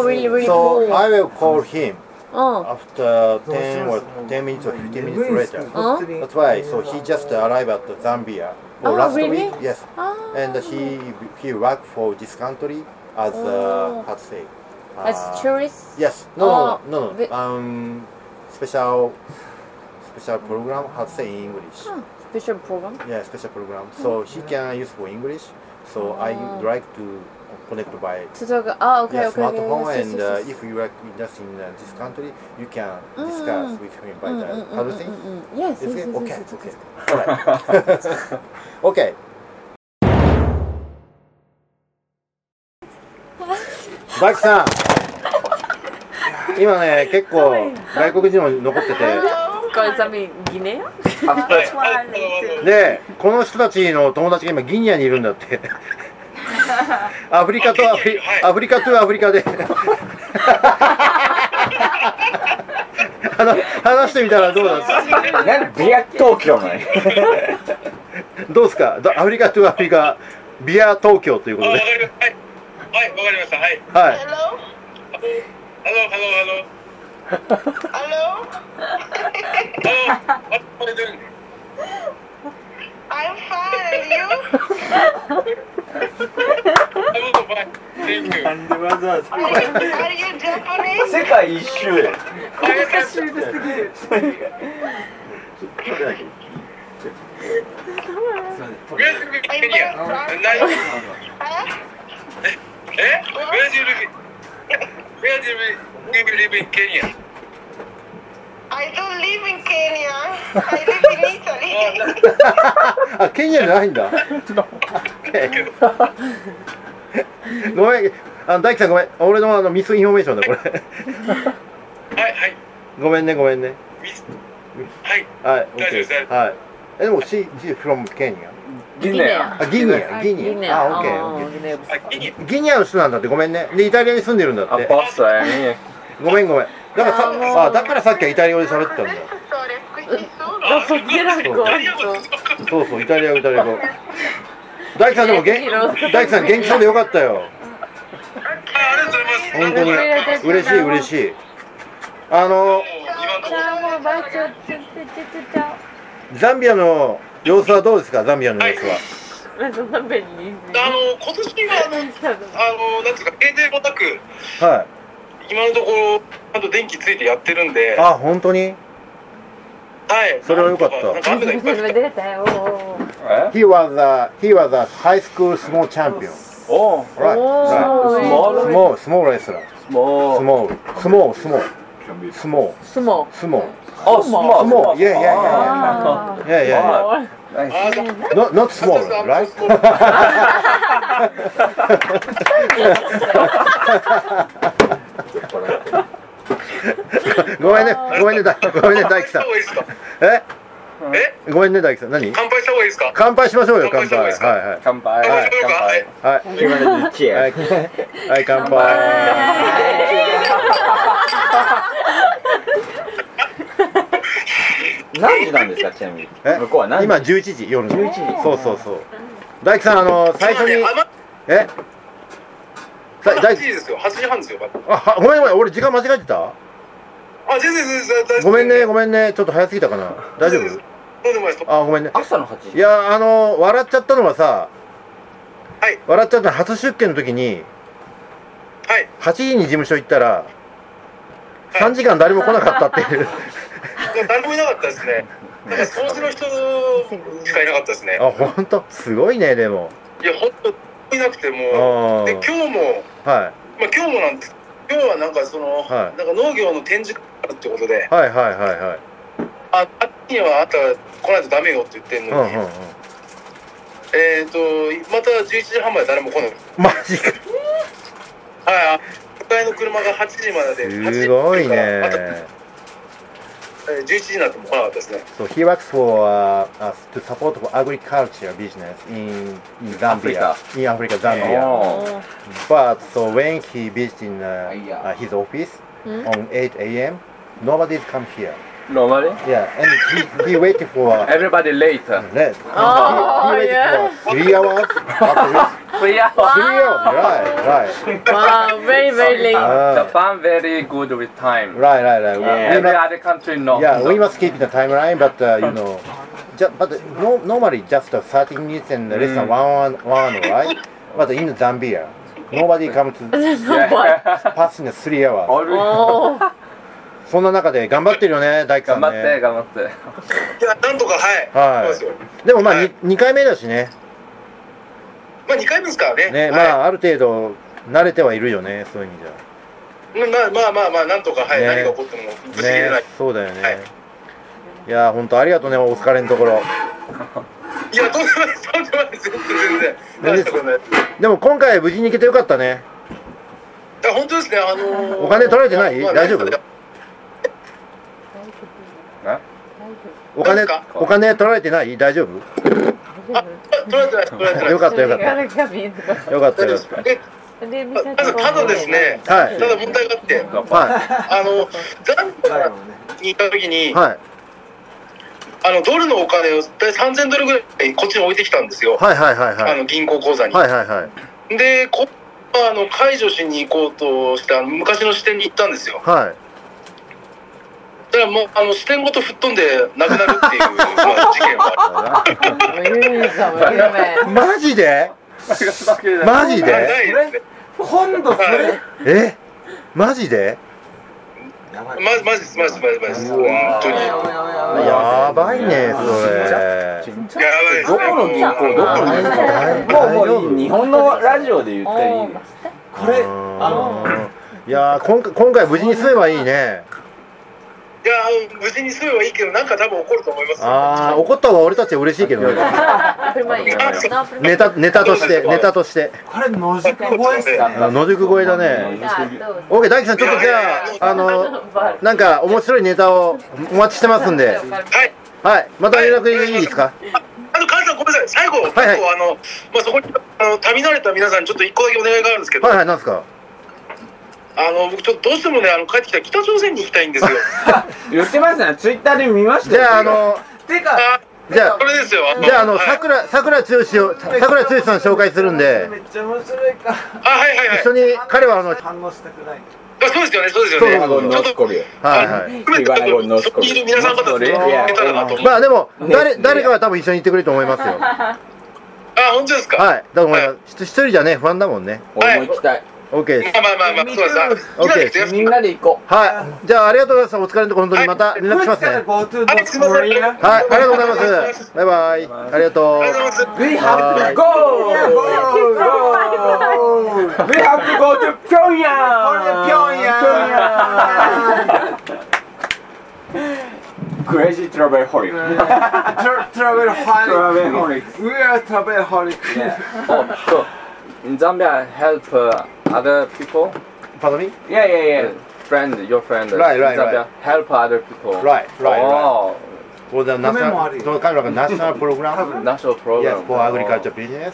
Speaker 2: yes.
Speaker 1: really, really
Speaker 2: so
Speaker 1: cool.
Speaker 2: I will call him
Speaker 1: oh,
Speaker 2: after ten or ten minutes or fifteen minutes later. That's why. So he just arrived at Zambia for
Speaker 1: Oh,
Speaker 2: last
Speaker 1: really?
Speaker 2: week. Yes,
Speaker 1: ah,
Speaker 2: Uh, and he he worked for this country as uh,
Speaker 1: Oh.
Speaker 2: how to say. Uh,
Speaker 1: Ah. as tourists.
Speaker 2: Yes. No.
Speaker 1: Oh,
Speaker 2: no. No.
Speaker 1: the-
Speaker 2: no. Um, special special program. How to say in English?
Speaker 1: Special program.
Speaker 2: Yeah, special program. So he can use for English. So I would like to connect by
Speaker 1: To talk. Oh, okay,
Speaker 2: yeah,
Speaker 1: okay, okay.
Speaker 2: smartphone,
Speaker 1: yes, yes,
Speaker 2: and
Speaker 1: yes,
Speaker 2: uh,
Speaker 1: yes.
Speaker 2: if you are just in uh, this country, you can discuss with him by that.
Speaker 1: Mm, mm,
Speaker 2: How do you
Speaker 1: mm,
Speaker 2: think?
Speaker 1: mm, mm. Yes,
Speaker 2: Is it
Speaker 1: yes, yes,
Speaker 2: okay?
Speaker 1: yes, yes,
Speaker 2: Okay.
Speaker 1: yes.
Speaker 2: All right. okay.バキ さん。今ね、結構外国人も残ってて、
Speaker 1: Because I mean, Guinea.
Speaker 2: で、この人たちの友達が今ギニアにいるんだ って。アフリカとアフリ、アフリカとアフリカで。話話してみたらどうなんですか。
Speaker 4: なんでビア東京なんや
Speaker 2: どうですかだアフリカとアフリカビア東京ということで
Speaker 9: わかりました。はい、はい、わかりました。はい。
Speaker 2: はい
Speaker 9: ハロー、ハロー、ハロー。ハロー。ハロー。What are you doing? I'm fine. You? I'm also fine. Thank you. Are you Japanese?
Speaker 6: 世界一周や
Speaker 9: I am.
Speaker 4: ね
Speaker 9: Where's your Wikipedia? Nice. Eh? Where's your Wiki- Where do you live? live in Kenya?
Speaker 10: I don't live in Kenya. I live in Italy.
Speaker 2: あケニアじゃないん だごめんあの大樹さんごめん俺のあのミスインフォメーションだこれ
Speaker 9: はい、はい。
Speaker 2: ごめんねごめんね
Speaker 9: みはい。
Speaker 2: はい
Speaker 9: 大丈夫
Speaker 2: OK
Speaker 9: です
Speaker 2: はいえでも she she from ケニア
Speaker 4: ギネア
Speaker 2: あギニアギニア
Speaker 1: Guinea.
Speaker 2: あ Ah, OK
Speaker 1: Oh, Guinea.
Speaker 9: あ、ギニア。
Speaker 2: ギニアの人なんだってごめんねでイタリアに住んでるんだっ
Speaker 6: あ
Speaker 2: て
Speaker 6: パスタやね
Speaker 2: ごめんごめんだから
Speaker 1: あもう
Speaker 2: さあだからさっきはイタリア語で喋ってたんだ
Speaker 10: Adesso sto riacquistando.
Speaker 1: どこから
Speaker 2: そ
Speaker 9: イタリア語
Speaker 2: うそう
Speaker 1: こうそう
Speaker 2: そうイタリア語イタリア語大樹さんでもげん大樹さん元気そうでよかったよ
Speaker 9: あありがとうございます。
Speaker 2: 本当に嬉しい嬉しいあの
Speaker 9: 今のところ。
Speaker 5: もうバイトちょちょちょちょ。
Speaker 2: ザンビアの様子はどうですかザンビアの様子は
Speaker 1: なんか何べんに
Speaker 9: あの今年はあの、あのなんていうか、平成もなく、
Speaker 2: はい、
Speaker 9: 今のところ、あと電気ついてやってるんで、は
Speaker 2: あ本当に
Speaker 9: い、
Speaker 2: それは良かった
Speaker 9: なんか雨がいっぱい降って、
Speaker 1: 出たよ。Oh.
Speaker 6: え
Speaker 2: He was a, he was a high school small champion
Speaker 6: おう
Speaker 2: Right,
Speaker 1: Oh,
Speaker 2: right. Small,
Speaker 6: お
Speaker 2: small wrestler
Speaker 6: もう
Speaker 2: Small, small, small Small,
Speaker 1: スモ
Speaker 2: small
Speaker 6: あスモ
Speaker 2: Small, yeah, yeah,
Speaker 6: あ
Speaker 2: yeah, yeah, yeah,
Speaker 6: は
Speaker 2: yeah. Not, not small, right?ごめんね、ごめんね、だごめんね、大樹さん
Speaker 9: 乾杯した方がいいですか
Speaker 2: え
Speaker 9: え
Speaker 2: ごめんね、大樹さん、何
Speaker 9: 乾杯した方がいいですか
Speaker 2: 乾杯しましょうよ、乾
Speaker 9: 乾杯した方がいいですか
Speaker 2: 杯。はいはい。
Speaker 6: 乾杯
Speaker 9: 乾杯しましょうかはい
Speaker 2: はい、
Speaker 6: 今の一
Speaker 2: は
Speaker 6: や
Speaker 2: い、はい、乾杯。
Speaker 6: 何時なんですかちなみに
Speaker 2: え
Speaker 6: 向こうは何時
Speaker 2: 今11時、夜の。
Speaker 6: 11時
Speaker 2: そうそうそう。大樹さん、あの、最初に
Speaker 9: 今、ね
Speaker 2: え
Speaker 9: あ
Speaker 2: だ
Speaker 9: ま
Speaker 2: 大
Speaker 9: 8時
Speaker 2: 樹
Speaker 9: ですよ、8時半ですよ。
Speaker 2: あ、はごめんごめん、俺時間間違えてた
Speaker 9: あ、全然全然大丈夫
Speaker 2: ごめんね、ごめんね、ちょっと早すぎたかな。大丈夫
Speaker 9: どうでもないです。
Speaker 2: あ、ごめんね。
Speaker 6: 朝の8
Speaker 2: い
Speaker 6: 時
Speaker 2: や、あの、笑っちゃったのはさ、
Speaker 9: は
Speaker 2: 笑っちゃった初出家の時に、8時に事務所行ったら、3時間誰も来なかったっていう。
Speaker 3: いや誰もいなかったですね。なんか掃除の人しかいなかったです ね。
Speaker 2: あ、ほんと、すごいね、でも。
Speaker 3: いや、本当いなくて
Speaker 2: あ
Speaker 3: も
Speaker 2: ー
Speaker 3: う、で、今日も、
Speaker 2: は
Speaker 3: まあ、今日もなんです。今日はなんかその、
Speaker 2: はい
Speaker 3: なんか農業の展示があるってことで
Speaker 2: い。、はいはいはいはい。
Speaker 3: あ、あっちにはあんた来ないとダメよって言ってん
Speaker 2: うんう
Speaker 3: の
Speaker 2: ん
Speaker 3: に、
Speaker 2: うん。
Speaker 3: えっ、と、また11時半まで誰も来ない。
Speaker 2: マジか。
Speaker 3: はい、あ、迎えの車が8時までで、8時
Speaker 2: すごい
Speaker 3: あと
Speaker 2: ね。
Speaker 3: えー11時になっても来なかったですね。
Speaker 2: So he works for uh, us to support for agriculture business in, in Zambia,
Speaker 1: Africa.
Speaker 2: in Africa, Zambia.
Speaker 1: Oh.
Speaker 2: But so when he visits in uh, uh, his office
Speaker 1: Hmm?
Speaker 2: on 8 a.m., nobody's come here.
Speaker 1: Normally?
Speaker 2: Yeah, and he, he waited for uh,
Speaker 1: Everybody later.
Speaker 2: Yes.
Speaker 1: Oh,
Speaker 2: he, he waited
Speaker 1: yeah. Ah.
Speaker 2: for three hours. after
Speaker 1: Three hours.
Speaker 2: Three hours. Right, right,
Speaker 1: Wow,
Speaker 11: very, very late.
Speaker 2: Ah.
Speaker 1: Japan very good with time.
Speaker 2: right, right, right. We
Speaker 1: Every
Speaker 2: must-
Speaker 1: other country no.
Speaker 2: Yeah, we must keep the timeline, but uh, you know, ju- but no, normally just uh, 30 minutes and less than
Speaker 1: Mm.
Speaker 2: one hour, one hour, right? But in Zambia, nobody comes to
Speaker 1: Yeah.
Speaker 2: pass in three hours.
Speaker 1: Oh.
Speaker 2: そんな中で頑張ってるよね、大輝さ ん
Speaker 1: 頑張って
Speaker 2: ね。
Speaker 1: 頑張って。
Speaker 3: いや、なんとか、
Speaker 2: は
Speaker 3: はい。そうですよ
Speaker 2: い。でもまあ、に2回目だしね。
Speaker 3: まあ、2回目ですからね。
Speaker 2: ね、
Speaker 3: はい
Speaker 2: まあ、ある程度慣れてはいるよね、そういう意味では。
Speaker 3: まあまあまあまあなんとかはい、
Speaker 2: ね
Speaker 3: 何が起こってもぶち切れない、
Speaker 2: ね、そうだよね。い、やー、本当ありがとうね、お疲れのところ。
Speaker 3: いやとんでもないとんでもない全然全然
Speaker 2: 全然
Speaker 3: 大したことないい
Speaker 2: でも今回無事に行けてよかったね。
Speaker 3: や本当ですねあのー
Speaker 2: お金取られてない
Speaker 3: まあ
Speaker 2: 大丈夫
Speaker 3: なんか
Speaker 2: Eh? お金
Speaker 3: 何ですか、
Speaker 2: お金取られてない大丈夫
Speaker 3: 取られてない取られてない
Speaker 2: よかったよかった。よかったよかっ
Speaker 3: でただただですね、
Speaker 2: はい
Speaker 3: ただ問題があって、
Speaker 2: た。は
Speaker 3: あのザンビアにいた時に、
Speaker 2: い。はい。
Speaker 3: あのドルのお金を大体3000ドルぐらいこっちに置いてきたんですよ、
Speaker 2: はいはいはいは
Speaker 3: あ
Speaker 2: い。
Speaker 3: の銀行口座に、
Speaker 2: はいはいはい。
Speaker 3: でこあの解除しに行こうとしてあの昔の支店に行ったんですよ
Speaker 2: はい。
Speaker 3: だからもうあの支店ごと吹っ飛んでなくなるっていうま あ事件はある
Speaker 2: マジでマジ
Speaker 3: ない
Speaker 2: で
Speaker 3: ないですね
Speaker 4: 今度それ
Speaker 2: えマジで
Speaker 3: マジマジですマジですマジですマジです本当に
Speaker 2: やばいね、それ。
Speaker 3: やばいです
Speaker 6: ど
Speaker 3: ね
Speaker 6: この銀行どこの銀行もうもう日本のラジオで言ったら いいね
Speaker 4: これあの
Speaker 2: いやー、今回、今回無事に済めばいいね。
Speaker 3: いや無事にすればいいけどなんか多分怒ると思いますよ
Speaker 2: あー、怒った方が俺たちは嬉しいけどね。ネタ、ネタとして、ネタとして。
Speaker 4: これ野宿越えっすね
Speaker 2: あ野宿越えだね。オーケー、大輝さん、ちょっとじゃあ、あ の、なんか面白いネタをお待ちしてますんで。
Speaker 3: はい
Speaker 2: はい、また連絡いいですか。
Speaker 3: あのカズさんごめんなさい最後、
Speaker 2: いはい
Speaker 3: 最後あのまあそこにあの旅慣れた皆さんにちょっと一個だけお願いがあるんですけど、
Speaker 2: はいはい、なんですか。
Speaker 3: あの僕ちょっとどうしてもねあの帰ってきたら北朝鮮に行きたいんですよ
Speaker 6: 言ってましたねツイッターで見ました
Speaker 2: じ
Speaker 6: よ
Speaker 2: ゃあ、あの、
Speaker 4: てか
Speaker 3: あ
Speaker 2: じゃあ
Speaker 3: そ、れですよ
Speaker 2: じゃあ、あの、
Speaker 3: はい
Speaker 2: さくら、さくらつよしを、さくらつよしさん紹介するんで。
Speaker 4: めっちゃ面白いから
Speaker 3: あはいはいはい
Speaker 2: 一緒に、彼は、あの、はい
Speaker 4: 反応したくない
Speaker 3: あそうですよねそうですよね
Speaker 2: そうそうそう
Speaker 3: ちょっ
Speaker 6: North
Speaker 3: と
Speaker 6: Korea.
Speaker 2: はい。
Speaker 3: 含めて多分そこにいる皆さん方といけたらなと思う
Speaker 2: まあ、でも、誰、誰かは多分一緒に行ってくれると思いますよ。は
Speaker 3: あ本当ですか
Speaker 2: い、だと思います。一人じゃね、不安だもんね。
Speaker 6: 俺も行きたい。
Speaker 2: オッケーです。
Speaker 3: まあまあまあまあそうですあ
Speaker 2: オッケー
Speaker 3: みんなで行くや
Speaker 6: みん
Speaker 3: つ
Speaker 6: なで行こ
Speaker 2: はい、じゃあ、ありがとうございました。お疲れのところ、本当にまた連絡しますね。はい、
Speaker 4: Go to
Speaker 3: はいすいません
Speaker 4: Korea
Speaker 2: ありがとうございます。バイバイ。ありがとう。
Speaker 3: りがとうございます
Speaker 6: う。We have to go.
Speaker 4: Go!
Speaker 6: We have to go to Pyongyang.
Speaker 4: Pyongyang!
Speaker 6: Crazy travel holic.
Speaker 4: Tra- travel holic.
Speaker 6: Travel
Speaker 4: We are travel holic.
Speaker 6: Oh, so in Zambia help uh, other people.
Speaker 2: Pardon me?
Speaker 6: Yeah, yeah, yeah. Friend, your friend. uh,
Speaker 2: Right, right,
Speaker 6: in Zambia, Help other people.
Speaker 2: Right, right,
Speaker 6: Oh,
Speaker 2: For the national, その彼らがナショ ナルプログラム
Speaker 6: national program.
Speaker 2: Yes, for agriculture business.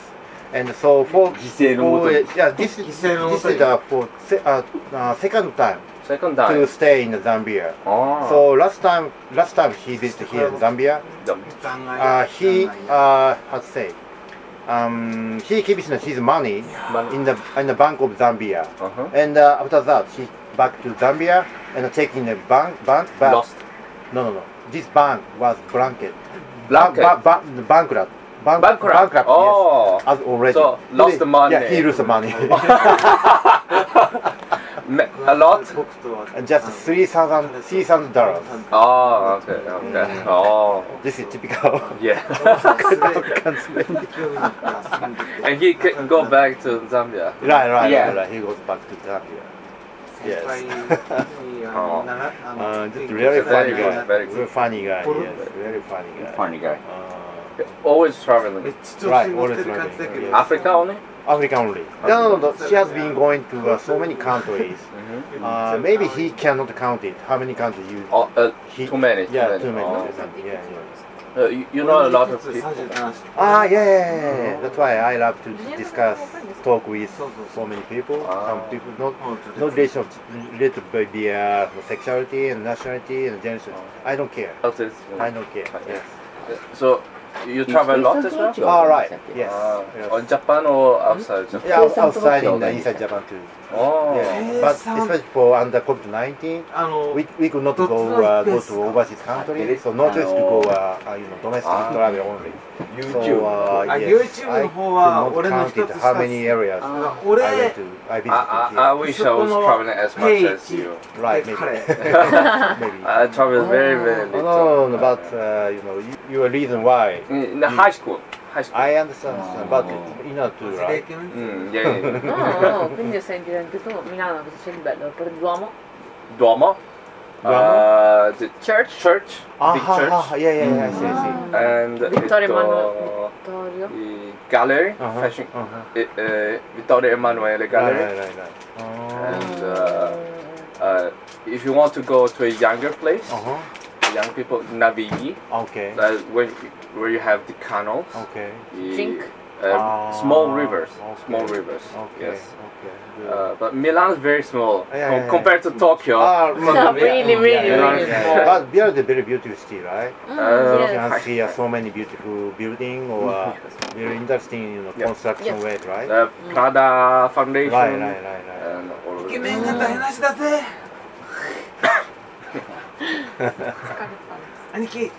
Speaker 2: And so for,
Speaker 6: 犠牲のもと
Speaker 2: for
Speaker 6: に
Speaker 2: yeah, this, this is
Speaker 4: 犠牲のもとに
Speaker 2: the for se, uh, uh, second time
Speaker 6: Oh, second
Speaker 2: to
Speaker 6: time.
Speaker 2: stay in Zambia.
Speaker 6: Oh.
Speaker 2: So last time, last time he visited here in Zambia, uh, he uh, how to say, um, he keeps his money
Speaker 6: Money.
Speaker 2: in the in the bank of Zambia,
Speaker 6: Uh-huh.
Speaker 2: and uh, after that he back to Zambia and taking the bank bank back.
Speaker 6: Lost.
Speaker 2: No, no, no. This bank was blanket.
Speaker 6: Blanket.
Speaker 2: Ba- ba- ba- bankrupt. Bank-
Speaker 6: Bankrupt.
Speaker 2: bankrupt,
Speaker 6: Oh.
Speaker 2: yes, as already.
Speaker 6: So, lost
Speaker 2: He-
Speaker 6: money.
Speaker 2: Yeah, he lose money.
Speaker 6: Ma- a lot?
Speaker 2: Just three thousand, three thousand dollars.
Speaker 6: Oh, okay, okay. Oh,
Speaker 2: This is typical.
Speaker 6: yeah. and he can go back to Zambia.
Speaker 2: Right, right,
Speaker 4: Yeah.
Speaker 2: right, right. He goes back to Zambia. Yes.
Speaker 3: あ
Speaker 6: Oh.
Speaker 2: Uh, just really funny
Speaker 6: Very good,
Speaker 2: guy.
Speaker 6: very good.
Speaker 2: Very funny guy. Yes, very funny guy.
Speaker 4: Funny guy.
Speaker 2: Uh,
Speaker 6: Always traveling.
Speaker 3: ちょっと乗ってる感じだけど
Speaker 2: Right,
Speaker 6: Africa only?
Speaker 2: Africa only. No, no, no. She has been going to uh, so many countries. Uh, maybe he cannot count it. How many countries you?
Speaker 6: Oh, uh,
Speaker 2: he,
Speaker 6: too many.
Speaker 2: Yeah, too many.
Speaker 6: Oh.
Speaker 2: Yeah, yeah.
Speaker 6: Uh, you, you know a lot of people.
Speaker 2: Ah, yeah, yeah, yeah, yeah. That's why I love to discuss, talk with so many people.
Speaker 6: Ah.
Speaker 2: Some people not no relation of- related by their sexuality and nationality and gender.
Speaker 6: Ah.
Speaker 2: I don't care.
Speaker 6: Artists.
Speaker 2: I don't care.
Speaker 6: Ah,
Speaker 2: Yes.
Speaker 6: So you travel a lot as well?
Speaker 2: All right. Yes.
Speaker 6: Ah,
Speaker 2: yes. Hmm?
Speaker 6: on Japan or outside Japan?
Speaker 2: Yeah, out-
Speaker 1: Some
Speaker 2: outside in
Speaker 6: people-
Speaker 2: the inside Japan too.
Speaker 6: Oh.
Speaker 2: Yeah,
Speaker 3: Eh,
Speaker 2: but
Speaker 3: some-
Speaker 2: especially for under COVID nineteen,
Speaker 3: あの
Speaker 2: we, we could not
Speaker 3: Don't
Speaker 2: go
Speaker 3: like
Speaker 2: uh, go
Speaker 3: this.
Speaker 2: to overseas country,
Speaker 6: Ah,
Speaker 2: so no choice to go uh, uh, you know domestic travel only. So, uh,
Speaker 3: あ
Speaker 2: yes,
Speaker 3: YouTube
Speaker 2: I
Speaker 3: の方は
Speaker 2: could
Speaker 3: 俺の
Speaker 2: not
Speaker 3: 一
Speaker 2: count
Speaker 3: つ
Speaker 2: it
Speaker 3: 下
Speaker 2: how many
Speaker 3: Ah,
Speaker 2: areas
Speaker 3: 俺
Speaker 2: I went to.
Speaker 6: Ah,
Speaker 2: I visited
Speaker 6: I, I, I
Speaker 2: here.
Speaker 6: wish I was traveling as much as you.
Speaker 2: Right, maybe.
Speaker 3: Hey,
Speaker 2: maybe.
Speaker 6: I travel very, very
Speaker 2: Oh, no,
Speaker 6: little.
Speaker 2: no, no, but uh, you know, you, you are reason why.
Speaker 6: in the high school. High school.
Speaker 2: I understand, but
Speaker 6: Oh.
Speaker 2: you know too, right?
Speaker 6: Mm, yeah, yeah, yeah.
Speaker 1: No, no, quindi senti anche tu Milano cosa c'è di bello per Duomo?
Speaker 6: Duomo. Uh, the church. Church.
Speaker 2: Ah,
Speaker 6: big
Speaker 2: ha,
Speaker 6: church. Mm.
Speaker 2: ha, ha, yeah, yeah, yeah, I see, I see.
Speaker 6: And
Speaker 1: Vittorio
Speaker 6: it,
Speaker 1: Emanuele
Speaker 6: uh,
Speaker 1: Vittorio.
Speaker 6: the gallery.
Speaker 2: Uh-huh,
Speaker 6: Fashion.
Speaker 2: uh-huh.
Speaker 6: It, uh, Vittorio Emanuele
Speaker 2: Right,
Speaker 6: gallery.
Speaker 2: right, right, right. Oh.
Speaker 6: And uh, uh, if you want to go to a younger place,
Speaker 2: Uh-huh.
Speaker 6: young people, Navigli,
Speaker 2: Okay.
Speaker 6: uh, when, where you have the canals,
Speaker 2: Okay.
Speaker 6: the,
Speaker 1: Think.
Speaker 6: uh,
Speaker 2: Ah,
Speaker 6: small rivers,
Speaker 2: okay.
Speaker 6: small rivers.
Speaker 2: Okay.
Speaker 6: Yes.
Speaker 2: Okay. good.
Speaker 6: Uh, but Milan is very small
Speaker 2: Yeah,
Speaker 6: com-
Speaker 2: yeah, yeah.
Speaker 6: compared to Tokyo.
Speaker 2: Ah,
Speaker 1: No, really, really,
Speaker 6: yeah,
Speaker 1: really.
Speaker 6: yeah.
Speaker 1: small.
Speaker 2: But we are the very beautiful city, right?
Speaker 6: Uh,
Speaker 2: You
Speaker 1: Yes.
Speaker 2: can see uh, so many beautiful building or uh, very interesting, you know,
Speaker 6: Mm-hmm. Yeah.
Speaker 2: construction
Speaker 1: Yes.
Speaker 2: way, right?
Speaker 6: the Prada Foundation.
Speaker 2: Right, right, right, right.
Speaker 6: And all of
Speaker 3: イケメ
Speaker 2: Mm.
Speaker 6: that.
Speaker 3: ンが台無しだ ぜ兄貴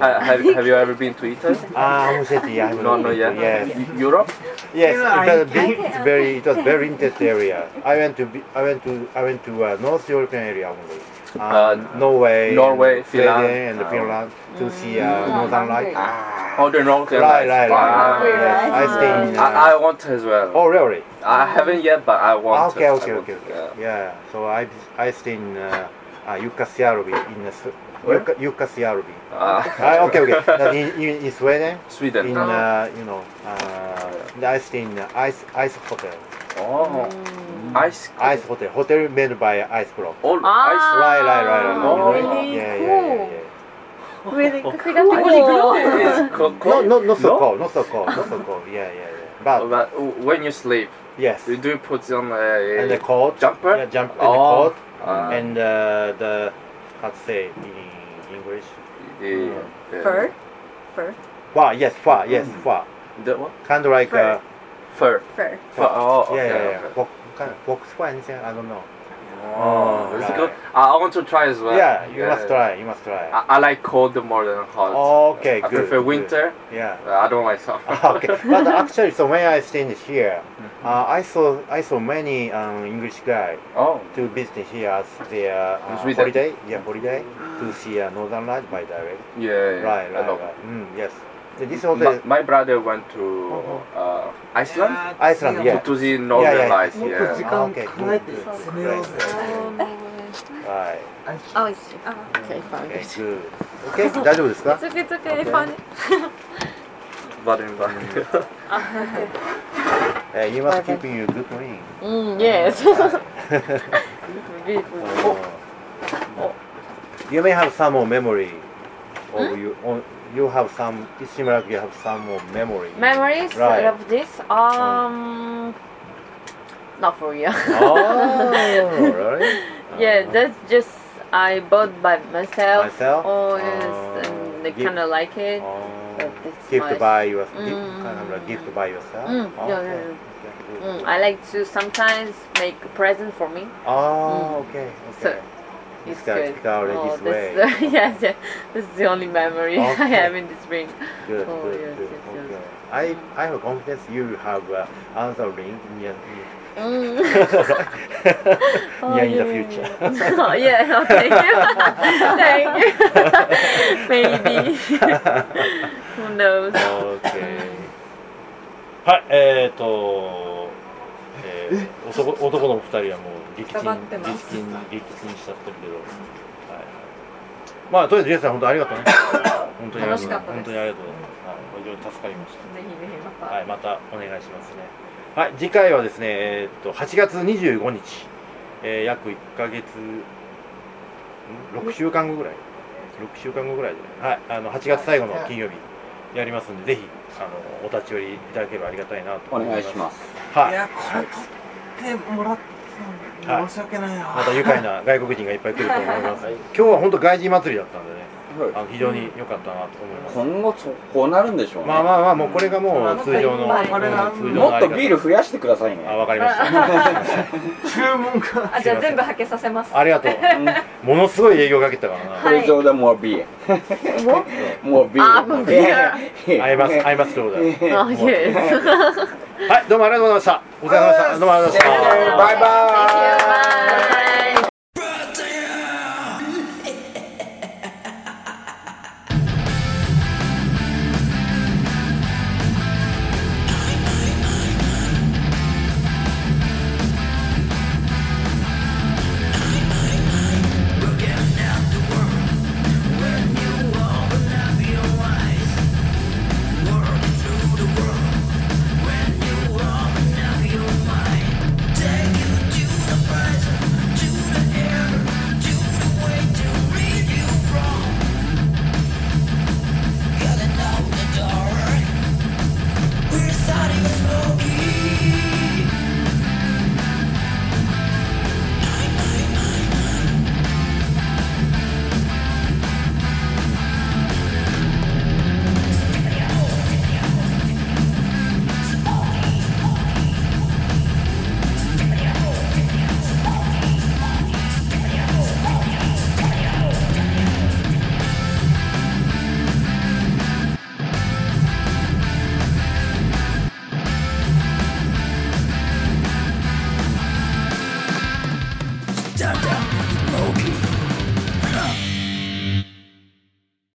Speaker 6: Ha- have, have you ever been to Italy?
Speaker 2: Um, Ah, I'm I have
Speaker 6: No, no, yeah.
Speaker 2: Yes,
Speaker 6: Eu- Europe?
Speaker 2: yes.
Speaker 3: You know,
Speaker 2: it was
Speaker 3: I-
Speaker 2: big- it's very, it was very intense area. I went to, be- I went to, I went to uh, North European area only. Uh,
Speaker 6: Uh,
Speaker 2: Norway,
Speaker 6: Norway,
Speaker 2: and Sweden,
Speaker 6: Finland.
Speaker 2: and
Speaker 6: Oh.
Speaker 2: Finland to see uh,
Speaker 3: Mm.
Speaker 2: Northern Light.
Speaker 6: Oh, the Northern
Speaker 2: Right,
Speaker 6: Lights.
Speaker 2: right,
Speaker 6: Ah,
Speaker 2: right. Yes, I stay in. Uh,
Speaker 6: I, I want to as well.
Speaker 2: oh, really?
Speaker 6: I haven't yet, but I want
Speaker 2: Okay,
Speaker 6: to.
Speaker 2: okay,
Speaker 6: I want
Speaker 2: okay,
Speaker 6: to,
Speaker 2: okay. Yeah. So I I stay in uh, uh, Jukkasjärvi in uh, Sw- Jukka- Jukkasjärvi.
Speaker 6: yeah. Ah,
Speaker 2: Ah, okay, okay. That in, in, in Sweden, in
Speaker 6: Sweden.
Speaker 2: uh, you know, uh, I stay in uh, ice ice hotel,
Speaker 6: Oh, ice.
Speaker 2: ice hotel, hotel made by ice block.
Speaker 6: All
Speaker 1: Ah.
Speaker 2: Right, right, right, right.
Speaker 6: Oh,
Speaker 1: really
Speaker 2: yeah, yeah, yeah,
Speaker 1: cool.
Speaker 2: yeah.
Speaker 1: Vedi che figata
Speaker 6: ice. Oh, It's co-
Speaker 2: No,
Speaker 6: cold.
Speaker 2: no, not so
Speaker 6: No?
Speaker 2: cold, not so cold, not so cold. Yeah, yeah, yeah. But
Speaker 6: But when you sleep,
Speaker 2: yes,
Speaker 6: you do put uh, on
Speaker 2: and the
Speaker 6: a
Speaker 2: coat,
Speaker 6: jumper?
Speaker 2: yeah, jump, and
Speaker 6: Oh.
Speaker 2: the coat,
Speaker 6: Ah.
Speaker 2: and uh, the how to say in English?
Speaker 6: the, the
Speaker 8: Fur, fur,
Speaker 2: Wow, yes, fur, yes, fur.
Speaker 6: The what?
Speaker 2: Kind of like uh,
Speaker 6: Fur.
Speaker 8: fur.
Speaker 6: Fur. Oh, okay,
Speaker 2: yeah, yeah, yeah.
Speaker 6: okay.
Speaker 2: Fox, kind of fox fur, anything? I don't know.
Speaker 6: Oh, it's
Speaker 2: right.
Speaker 6: good. I, I want to try as well.
Speaker 2: yeah, you must try. You must try.
Speaker 6: I, I like cold more than hot.
Speaker 2: Okay,
Speaker 6: I
Speaker 2: good,
Speaker 6: prefer
Speaker 2: good.
Speaker 6: winter.
Speaker 2: yeah.
Speaker 6: Uh, I don't like summer.
Speaker 2: okay, but actually, so when I stayed here, uh, I saw I saw many um, English guy
Speaker 6: Oh,
Speaker 2: to visit here as their uh,
Speaker 6: Sweden.
Speaker 2: holiday, yeah, holiday to see uh, Northern Light by direct.
Speaker 6: yeah. yeah,
Speaker 2: Right,
Speaker 6: I
Speaker 2: right,
Speaker 6: love
Speaker 2: right. Mm, yes, So this
Speaker 6: it.
Speaker 2: hotel,
Speaker 6: My, my brother went to uh,
Speaker 2: eh,
Speaker 6: Iceland
Speaker 2: Iceland, Uh-huh. yeah.
Speaker 6: to see Northern
Speaker 2: yeah, yeah.
Speaker 6: Lights.
Speaker 3: もっと 時
Speaker 6: Yeah.
Speaker 3: 間
Speaker 2: Okay,
Speaker 3: 考えて
Speaker 2: good, good,
Speaker 3: 攻めようぜ
Speaker 2: right?
Speaker 8: Oh, it's oh.
Speaker 1: Ok,
Speaker 2: Okay,
Speaker 1: fine.
Speaker 2: good. Okay, 大丈夫ですか
Speaker 1: It's okay, it's okay, fine.
Speaker 6: But in but
Speaker 2: Mm. Uh, you must keep your good ring.
Speaker 1: Mm, yes. Beautiful.
Speaker 2: Oh. You may have some more memory, or
Speaker 1: Hmm?
Speaker 2: you or you have some. It seems like you have some more memory.
Speaker 1: Memories
Speaker 2: Right.
Speaker 1: of this? Um, not for you.
Speaker 2: Oh, really?
Speaker 1: yeah, that's just I bought by myself.
Speaker 2: Myself?
Speaker 1: Oh yes,
Speaker 2: Oh,
Speaker 1: and they
Speaker 2: give-
Speaker 1: kind of like it.
Speaker 2: Oh,
Speaker 1: But it's
Speaker 2: gift
Speaker 1: nice.
Speaker 2: by your
Speaker 1: Mm.
Speaker 2: gift, kind of like gift by yourself.
Speaker 1: Mm, yeah, yeah,
Speaker 2: Okay, okay, good.
Speaker 1: Mm, I like to sometimes make a present for me.
Speaker 2: Oh, okay, okay.
Speaker 1: So- It's
Speaker 2: Scout-
Speaker 1: good.
Speaker 2: Scout in
Speaker 1: oh,
Speaker 2: his
Speaker 1: this,
Speaker 2: way.
Speaker 1: yeah, yeah, this is the only memory I
Speaker 2: Okay.
Speaker 1: have in this ring.
Speaker 2: Good,
Speaker 1: Oh,
Speaker 2: good,
Speaker 1: yes,
Speaker 2: good.
Speaker 1: yes, Mm.
Speaker 2: Okay.
Speaker 1: yes.
Speaker 2: I, I have confidence you have uh, another ring near,
Speaker 1: Mm. Oh,
Speaker 2: near in the
Speaker 1: yeah, yeah,
Speaker 2: future.
Speaker 1: yeah. oh, yeah, oh, thank you. thank you. Maybe. Who knows?
Speaker 2: Okay. はい、えっ、ー、と、えー、男男の二人はもう力
Speaker 12: 頑張って
Speaker 2: 沈、
Speaker 12: ま
Speaker 2: 力
Speaker 12: す
Speaker 2: 沈、力沈しちゃってるけど、はいはい。まあ、とりあえず、リエさん、本当にあり がとうね。本当にありが
Speaker 12: 楽し
Speaker 2: とう、
Speaker 12: かったです
Speaker 2: 本当にありがとうございます。はい、非常に助かりました。
Speaker 12: ぜひぜひまた。
Speaker 2: はい、またお願いしますね。はい、次回はですね、えーっと、8月25日、えー約1ヶ月、ん6週間後ぐらい、6週間後ぐらいで、はい、あの8月最後の金曜日やりますんで、ぜひ、あの、お立ち寄りいただければありがたいなと
Speaker 4: お
Speaker 2: 思います。
Speaker 4: 願いします。
Speaker 2: はいい。
Speaker 3: やこれ取ってもらったのに申し訳ないな、
Speaker 2: また愉快な外国人がいっぱい来ると思います。今日は本当外人祭りだったんでね、あの非常に良かったなと思います。
Speaker 4: 今後そこうなるんでしょうね。
Speaker 2: まあまあまあ、もうこれがもう通常の、
Speaker 3: まあ
Speaker 2: うん
Speaker 3: これが
Speaker 2: 通常
Speaker 4: も
Speaker 2: の
Speaker 4: っ
Speaker 2: あり
Speaker 4: と
Speaker 2: 方
Speaker 4: ビール増やしてくださいね。
Speaker 2: あ、わかりました。
Speaker 3: 注文が
Speaker 12: あじゃあ全部はけさせます。
Speaker 2: ありがとう。ものすごい営業かけたからな。
Speaker 4: 通常でもうビール。 もうビ
Speaker 1: あ
Speaker 4: ー
Speaker 1: もう
Speaker 4: ル。
Speaker 1: ビー ル
Speaker 2: 合います、合いますってことだよ。
Speaker 1: Oh, yes.
Speaker 2: はい、どうもありがとうございました。お疲れ様でした。どうもありがとうございました。
Speaker 4: バイバイ。